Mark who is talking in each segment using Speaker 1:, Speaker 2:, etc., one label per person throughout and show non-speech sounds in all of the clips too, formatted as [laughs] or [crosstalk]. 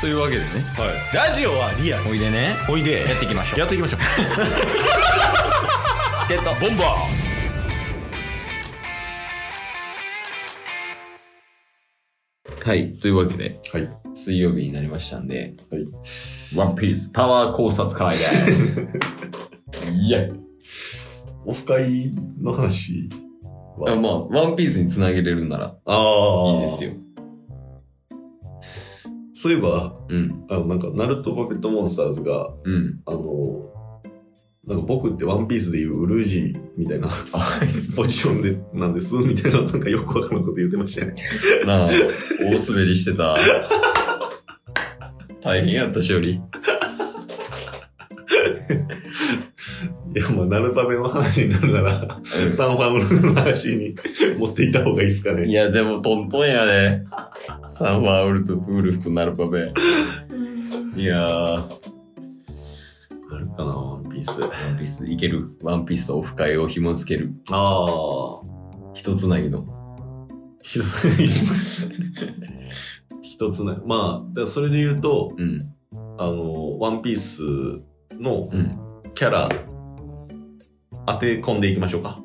Speaker 1: というわけでね
Speaker 2: はい、ラジオはリアル
Speaker 1: おいでね
Speaker 2: おいで
Speaker 1: やっていきましょう
Speaker 2: やっていきましょう
Speaker 1: ゲット
Speaker 2: ボンバ
Speaker 1: はいというわけで
Speaker 2: ーはい
Speaker 1: 水曜日になりましたんで
Speaker 2: ワンピース
Speaker 1: パワー考察会です
Speaker 2: [laughs]
Speaker 1: いや
Speaker 2: オフ会の話
Speaker 1: あまあワンピースにつなげれるなら
Speaker 2: ああ
Speaker 1: いいですよ
Speaker 2: そういえば
Speaker 1: うん
Speaker 2: あのなんかナルト・パペット・モンスターズが
Speaker 1: うん
Speaker 2: あのなんか僕ってワンピースでいうウルージーみたいなポジションでなんですみたいななんかよくわからんこと言ってましたね
Speaker 1: なあ大滑りして
Speaker 2: [laughs]
Speaker 1: た大変やったしおり
Speaker 2: いやまあナルパペの話になるならサンファムの話に持っていった方がいいですかね
Speaker 1: いやでもトントンやでサンファウルとフールフとナルパペいやー
Speaker 2: あるかなワンピースあ
Speaker 1: ワンピースいけるワンピースとオフ会を紐付ける
Speaker 2: あ
Speaker 1: 一つなぎの [laughs]
Speaker 2: ひどい一つねまあだからそれで言うと
Speaker 1: うん
Speaker 2: あの「ワンピースの
Speaker 1: うん
Speaker 2: キャラ当て込んでいきましょうか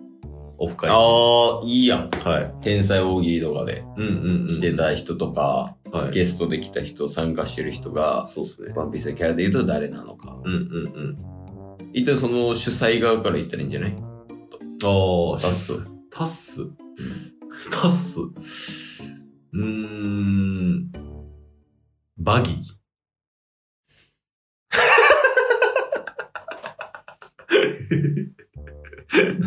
Speaker 2: オフ会は
Speaker 1: ああいいやん
Speaker 2: い
Speaker 1: 天才大喜利とかで
Speaker 2: うんうん、う
Speaker 1: 来
Speaker 2: ん、
Speaker 1: てた人とか、
Speaker 2: はい
Speaker 1: ゲストで来た人参加してる人が
Speaker 2: そうっすね
Speaker 1: ワンピースのキャラで言うと誰なのか、
Speaker 2: うんうんうん
Speaker 1: 一体その主催側から言ったらいいんじゃない
Speaker 2: ああ
Speaker 1: 出す
Speaker 2: タッスタッスうーんバギー [laughs]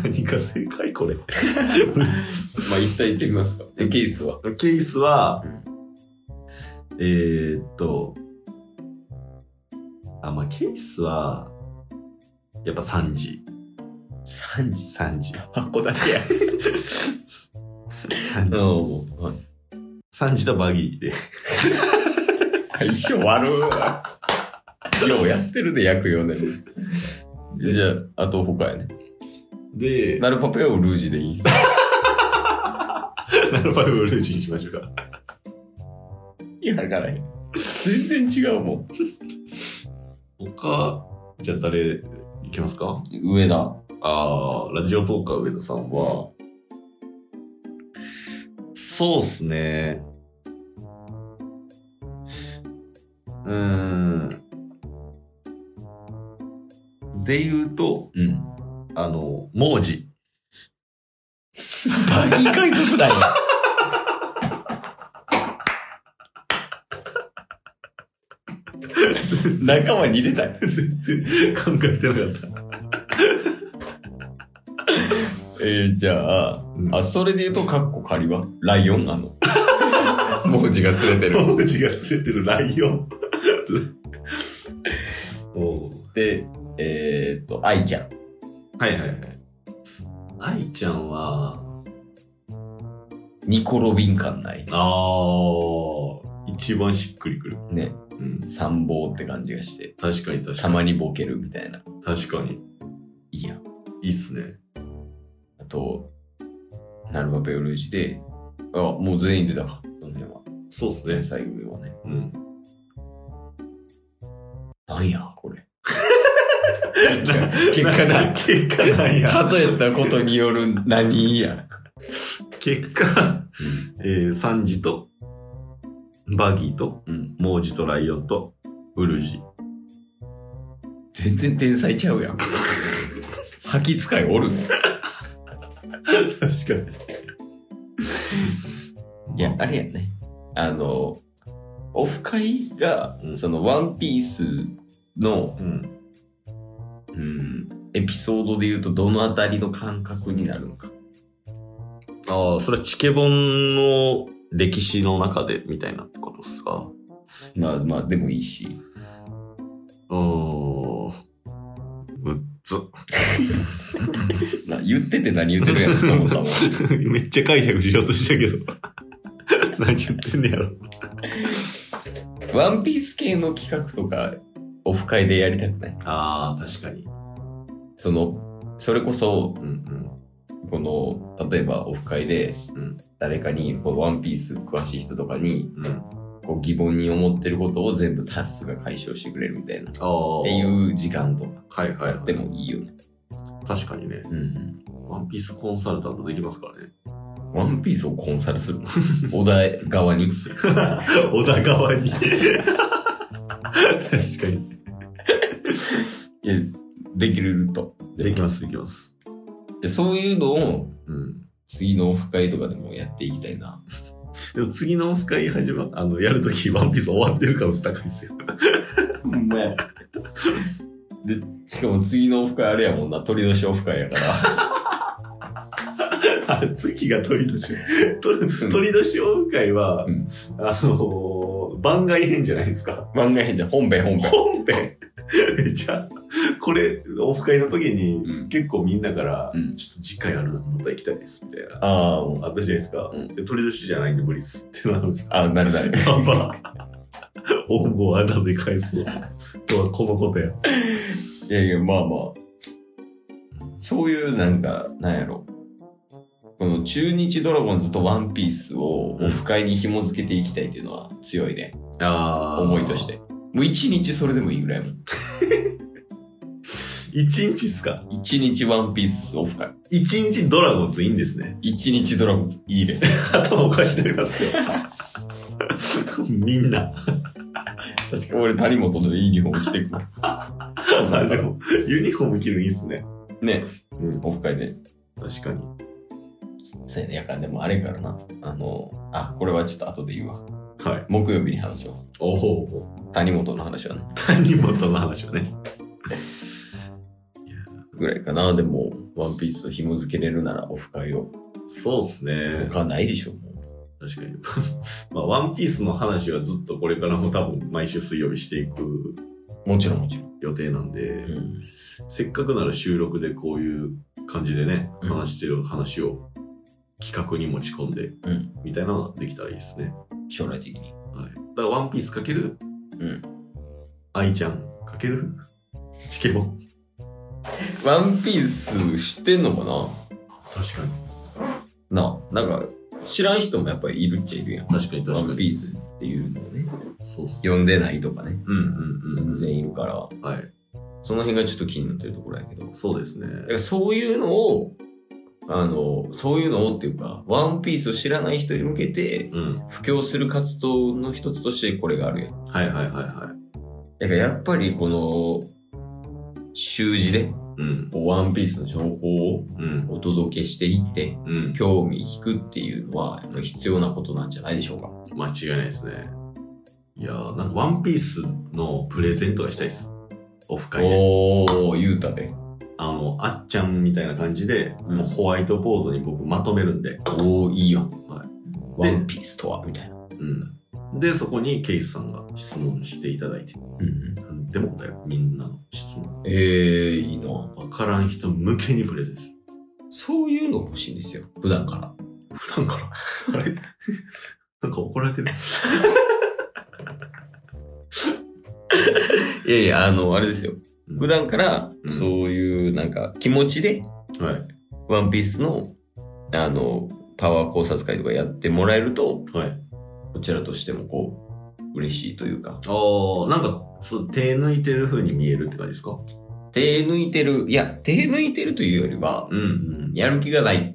Speaker 2: 何が正解これ
Speaker 1: まあ一体言ってみますかケースは
Speaker 2: ケースは、
Speaker 1: う
Speaker 2: えー、っとあまあケースはやっぱ3時
Speaker 1: 3時
Speaker 2: 3時
Speaker 1: 箱だ [laughs] けや
Speaker 2: 3
Speaker 1: う
Speaker 2: 時
Speaker 1: ん、はい
Speaker 2: 3時とバギーで
Speaker 1: 相性悪いわようやってるで約4年じゃああと他やね
Speaker 2: で
Speaker 1: ナルパペをルージュでいい
Speaker 2: ナルバルブルージにしましょうか。
Speaker 1: いやだからへん全然違うもん
Speaker 2: 他、じゃあ誰いきますか
Speaker 1: 上田
Speaker 2: ああ、ラジオトーカー上田さんは、そうっすね。うーん。で言うと、
Speaker 1: うん
Speaker 2: あの、文字。
Speaker 1: バギー解説だよ仲間に入れたい
Speaker 2: 全然考えてなかった。
Speaker 1: えー、じゃあ、
Speaker 2: うん
Speaker 1: あ、それで言うと、カッコ仮はライオンな [laughs] の。文字が連れてる。
Speaker 2: 文字が連れてるライオン。 [laughs] おー
Speaker 1: で、えー、っと、愛ちゃん。
Speaker 2: はいはいはい。愛ちゃんは、
Speaker 1: ニコロビン感ない。
Speaker 2: ああ、一番しっくりくる。
Speaker 1: ね。
Speaker 2: うん。
Speaker 1: 参謀って感じがして。
Speaker 2: 確かに確
Speaker 1: た
Speaker 2: かに。
Speaker 1: まにボケるみたいな。
Speaker 2: 確かに。
Speaker 1: いいや。
Speaker 2: いいっすね。
Speaker 1: あと、ナルバペオルージュで、あ、もう全員出たか。その辺は。
Speaker 2: そうっす
Speaker 1: 連
Speaker 2: ね。
Speaker 1: 載組はね。
Speaker 2: うん。
Speaker 1: なんや、こ
Speaker 2: [laughs]
Speaker 1: れ。結果だ。
Speaker 2: 結果なんや。
Speaker 1: 例えたことによる何や。
Speaker 2: 結果、えー、サンジと、バギーと、
Speaker 1: うん。
Speaker 2: モージとライオンと、ウルジ。
Speaker 1: 全然天才ちゃうやん。吐き使いおるね。
Speaker 2: 確かに
Speaker 1: いや、あれやね。あの、オフ会が、
Speaker 2: うん
Speaker 1: その、ワンピースの、
Speaker 2: うん。
Speaker 1: うん、エピソードで言うと、どのあたりの感覚になるのか。
Speaker 2: ああ、それはチケボンの歴史の中で、みたいなってことっすか。
Speaker 1: まあまあ、でもいいし。
Speaker 2: おー。むっず。
Speaker 1: な言ってて何言ってるやんと思ったも [laughs] ん。
Speaker 2: [laughs] めっちゃ解釈しようとしたけど。 [laughs] 何言ってんねやろ。
Speaker 1: ワンピース系の企画とか、オフ会でやりたくない
Speaker 2: ああ、確かに。
Speaker 1: その、それこそ、
Speaker 2: うん
Speaker 1: この、例えばオフ会で、
Speaker 2: うん
Speaker 1: 誰かに、こうワンピース詳しい人とかに、
Speaker 2: うん。うん。
Speaker 1: こう疑問に思ってることを全部タスが解消してくれるみたいな。っ
Speaker 2: ああ。
Speaker 1: てい。う時間とか
Speaker 2: はいはい、
Speaker 1: あ
Speaker 2: は
Speaker 1: っ
Speaker 2: い。
Speaker 1: てもいいよね。
Speaker 2: 確かにね、
Speaker 1: うん。
Speaker 2: ワンピースコンサルタントできますからね。
Speaker 1: ワンピースをコンサルするの [laughs] お題側に。
Speaker 2: [laughs] 小田川に。確かに。
Speaker 1: いやできると。
Speaker 2: できます、できます。
Speaker 1: でそういうのを
Speaker 2: うん。
Speaker 1: 次のオフ会とかでもやっていきたいな。
Speaker 2: でも次のオフ会始ま、あの、やるときワンピース終わってる可能性高い [laughs] ですよ。
Speaker 1: で、しかも次のオフ会あれやもんな、取り出しオフ会や [laughs] から。
Speaker 2: あ、月が鳥年。と鳥年オフ会は、
Speaker 1: うん
Speaker 2: あのー番外編じゃないですか。
Speaker 1: 漫画編じゃん、本編本編。
Speaker 2: 本編じゃあ、これ、オフ会の時に、
Speaker 1: うん
Speaker 2: 結構みんなから、
Speaker 1: うん
Speaker 2: ちょっと次回あるな、また行きたいです、みたいな。
Speaker 1: ああ、もう
Speaker 2: あったじゃないですか。
Speaker 1: うん
Speaker 2: で鳥年じゃないんで無理っすってなるんですか。
Speaker 1: あ、なる [laughs] なる。
Speaker 2: やば。恩をあだで返すわ。今日はこのことや。
Speaker 1: いやいや、まあまあ。そういう、なんか、なんやろ。この中日ドラゴンズとワンピースをオフ会に紐づけていきたいっていうのは強いね。
Speaker 2: あ
Speaker 1: 思いとし。て。もう一日それでもいいぐらいもん。
Speaker 2: 一日っすか
Speaker 1: 一日ワンピースオフ会。
Speaker 2: 一日ドラゴンズいいんですね。
Speaker 1: 一日ドラゴンズ、いいです。
Speaker 2: 頭おかしになりますよ。みんな。
Speaker 1: 確かに俺、谷本のユニフォーム着てく
Speaker 2: [laughs]
Speaker 1: る。そうな
Speaker 2: あ
Speaker 1: ん
Speaker 2: で
Speaker 1: だ
Speaker 2: も、ユニフォーム着るんいいっすね。
Speaker 1: ね、
Speaker 2: うん、
Speaker 1: オフ会で。
Speaker 2: 確かに。
Speaker 1: そうやね。やから、でもあれからな。あの、あ、これはちょっと後で言うわ。
Speaker 2: はい。
Speaker 1: 木曜日に話します。
Speaker 2: おお。
Speaker 1: 谷本の話はね。
Speaker 2: 谷本の話はね。
Speaker 1: ぐらいかな。でも、ワンピースと紐付けれるならオフ会を。
Speaker 2: そうっすね。
Speaker 1: 他ないでしょ、も
Speaker 2: 確かに。 [laughs] まあ、ワンピースの話はずっとこれからも多分毎週水曜日していく
Speaker 1: う。もちろんもちろん。
Speaker 2: 予定なんで、
Speaker 1: うん。
Speaker 2: せっかくなら収録でこういう感じでね、
Speaker 1: うん
Speaker 2: 話してる話を企画に持ち込んで、
Speaker 1: うん
Speaker 2: みたいなのができたらいいですね。
Speaker 1: 将来的に。
Speaker 2: はい。だから、ワンピースかける
Speaker 1: うん。
Speaker 2: 愛ちゃんかけるチケボン。
Speaker 1: ワンピース知ってんのかな
Speaker 2: 確かに。
Speaker 1: なあ、なんか、知らん人もやっぱりいるっちゃいるやん。
Speaker 2: 確かに
Speaker 1: ワ
Speaker 2: 確か
Speaker 1: ン
Speaker 2: に。
Speaker 1: ピースっていうのをね、
Speaker 2: そうっすね。
Speaker 1: 読んでないとかね、
Speaker 2: うんうんうん
Speaker 1: 全然いるから、
Speaker 2: うん。はい。
Speaker 1: その辺がちょっと気になってるところやけど、だ
Speaker 2: そうですね。
Speaker 1: からそういうのを、あの、そういうのをっていうか、ワンピースを知らない人に向けて、
Speaker 2: うん。
Speaker 1: 布教する活動の一つとしてこれがあるやん。
Speaker 2: はいはいはいはい。
Speaker 1: だからやっぱりこの、習字で、
Speaker 2: うん。
Speaker 1: ワンピースの情報を
Speaker 2: うん。
Speaker 1: お届けしていって、
Speaker 2: うん。
Speaker 1: 興味引くっていうのは、やっぱ必要なことなんじゃないでしょうか。
Speaker 2: 間違いないですね。いやー、なんかワンピースのプレゼントがしたいです。オフ会で。
Speaker 1: おおゆうたで。
Speaker 2: あの、あっちゃんみたいな感じで、
Speaker 1: うん
Speaker 2: もうホワイトボードに僕まとめるんで。
Speaker 1: おおいいよ。
Speaker 2: は
Speaker 1: ワ
Speaker 2: で
Speaker 1: ンピースとはみたいな。
Speaker 2: うん。で、そこにケイスさんが質問していただいて。なんでも答える。みんなの質問。
Speaker 1: えー、いいな。
Speaker 2: わからん人向けにプレゼントする。
Speaker 1: そういうの欲しいんですよ。普段から。
Speaker 2: 普段
Speaker 1: [laughs]
Speaker 2: から。あれ [laughs] なんか怒られてる。
Speaker 1: いやいや、あの、あれですよ。
Speaker 2: うん
Speaker 1: 普段から
Speaker 2: う、ん
Speaker 1: そういうなんか気持ちで、
Speaker 2: はい。
Speaker 1: ワンピースの、あの、パワー考察会とかやってもらえると、
Speaker 2: はい。
Speaker 1: こちらとしてもこう、嬉しいというか。
Speaker 2: ああ、なんか、そう、手抜いてる風に見えるって感じですか
Speaker 1: 手抜いてる、いや、手抜いてるというよりは、
Speaker 2: うん。 [laughs]
Speaker 1: やる気がない。